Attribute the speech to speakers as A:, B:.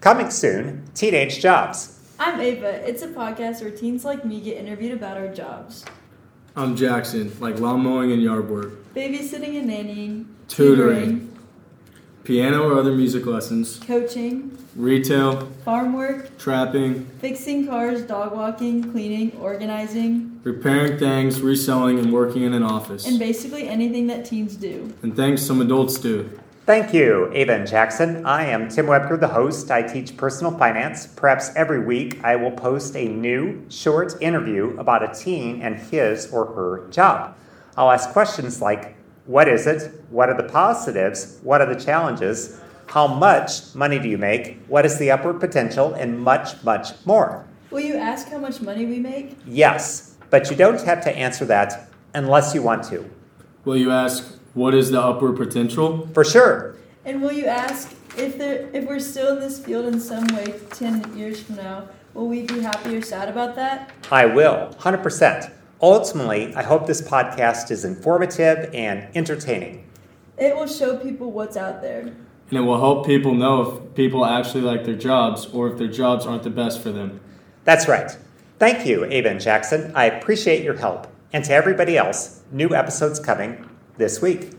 A: Coming soon, Teenage Jobs.
B: I'm Ava. It's a podcast where teens like me get interviewed about our jobs.
C: I'm Jackson, like lawn mowing and yard work,
B: Babysitting and nannying,
C: Tutoring. piano or other music lessons,
B: coaching,
C: retail,
B: farm work,
C: trapping,
B: fixing cars, dog walking, cleaning, organizing,
C: repairing things, reselling, and working in an office.
B: and basically anything that teens do.
C: And things some adults do.
A: Thank you, Ava and Jackson. I am Tim Webker, the host. I teach personal finance. Perhaps every week I will post a new short interview about a teen and his or her job. I'll ask questions like What is it? What are the positives? What are the challenges? How much money do you make? What is the upward potential? And much, much more.
B: Will you ask how much money we make?
A: Yes, but you don't have to answer that unless you want to.
C: Will you ask, what is the upward potential?
A: For sure.
B: And will you ask if there, if we're still in this field in some way 10 years from now, will we be happy or sad about that?
A: I will, 100%. Ultimately, I hope this podcast is informative and entertaining.
B: It will show people what's out there.
C: And it will help people know if people actually like their jobs or if their jobs aren't the best for them.
A: That's right. Thank you, Ava and Jackson. I appreciate your help. And to everybody else, new episodes coming this week.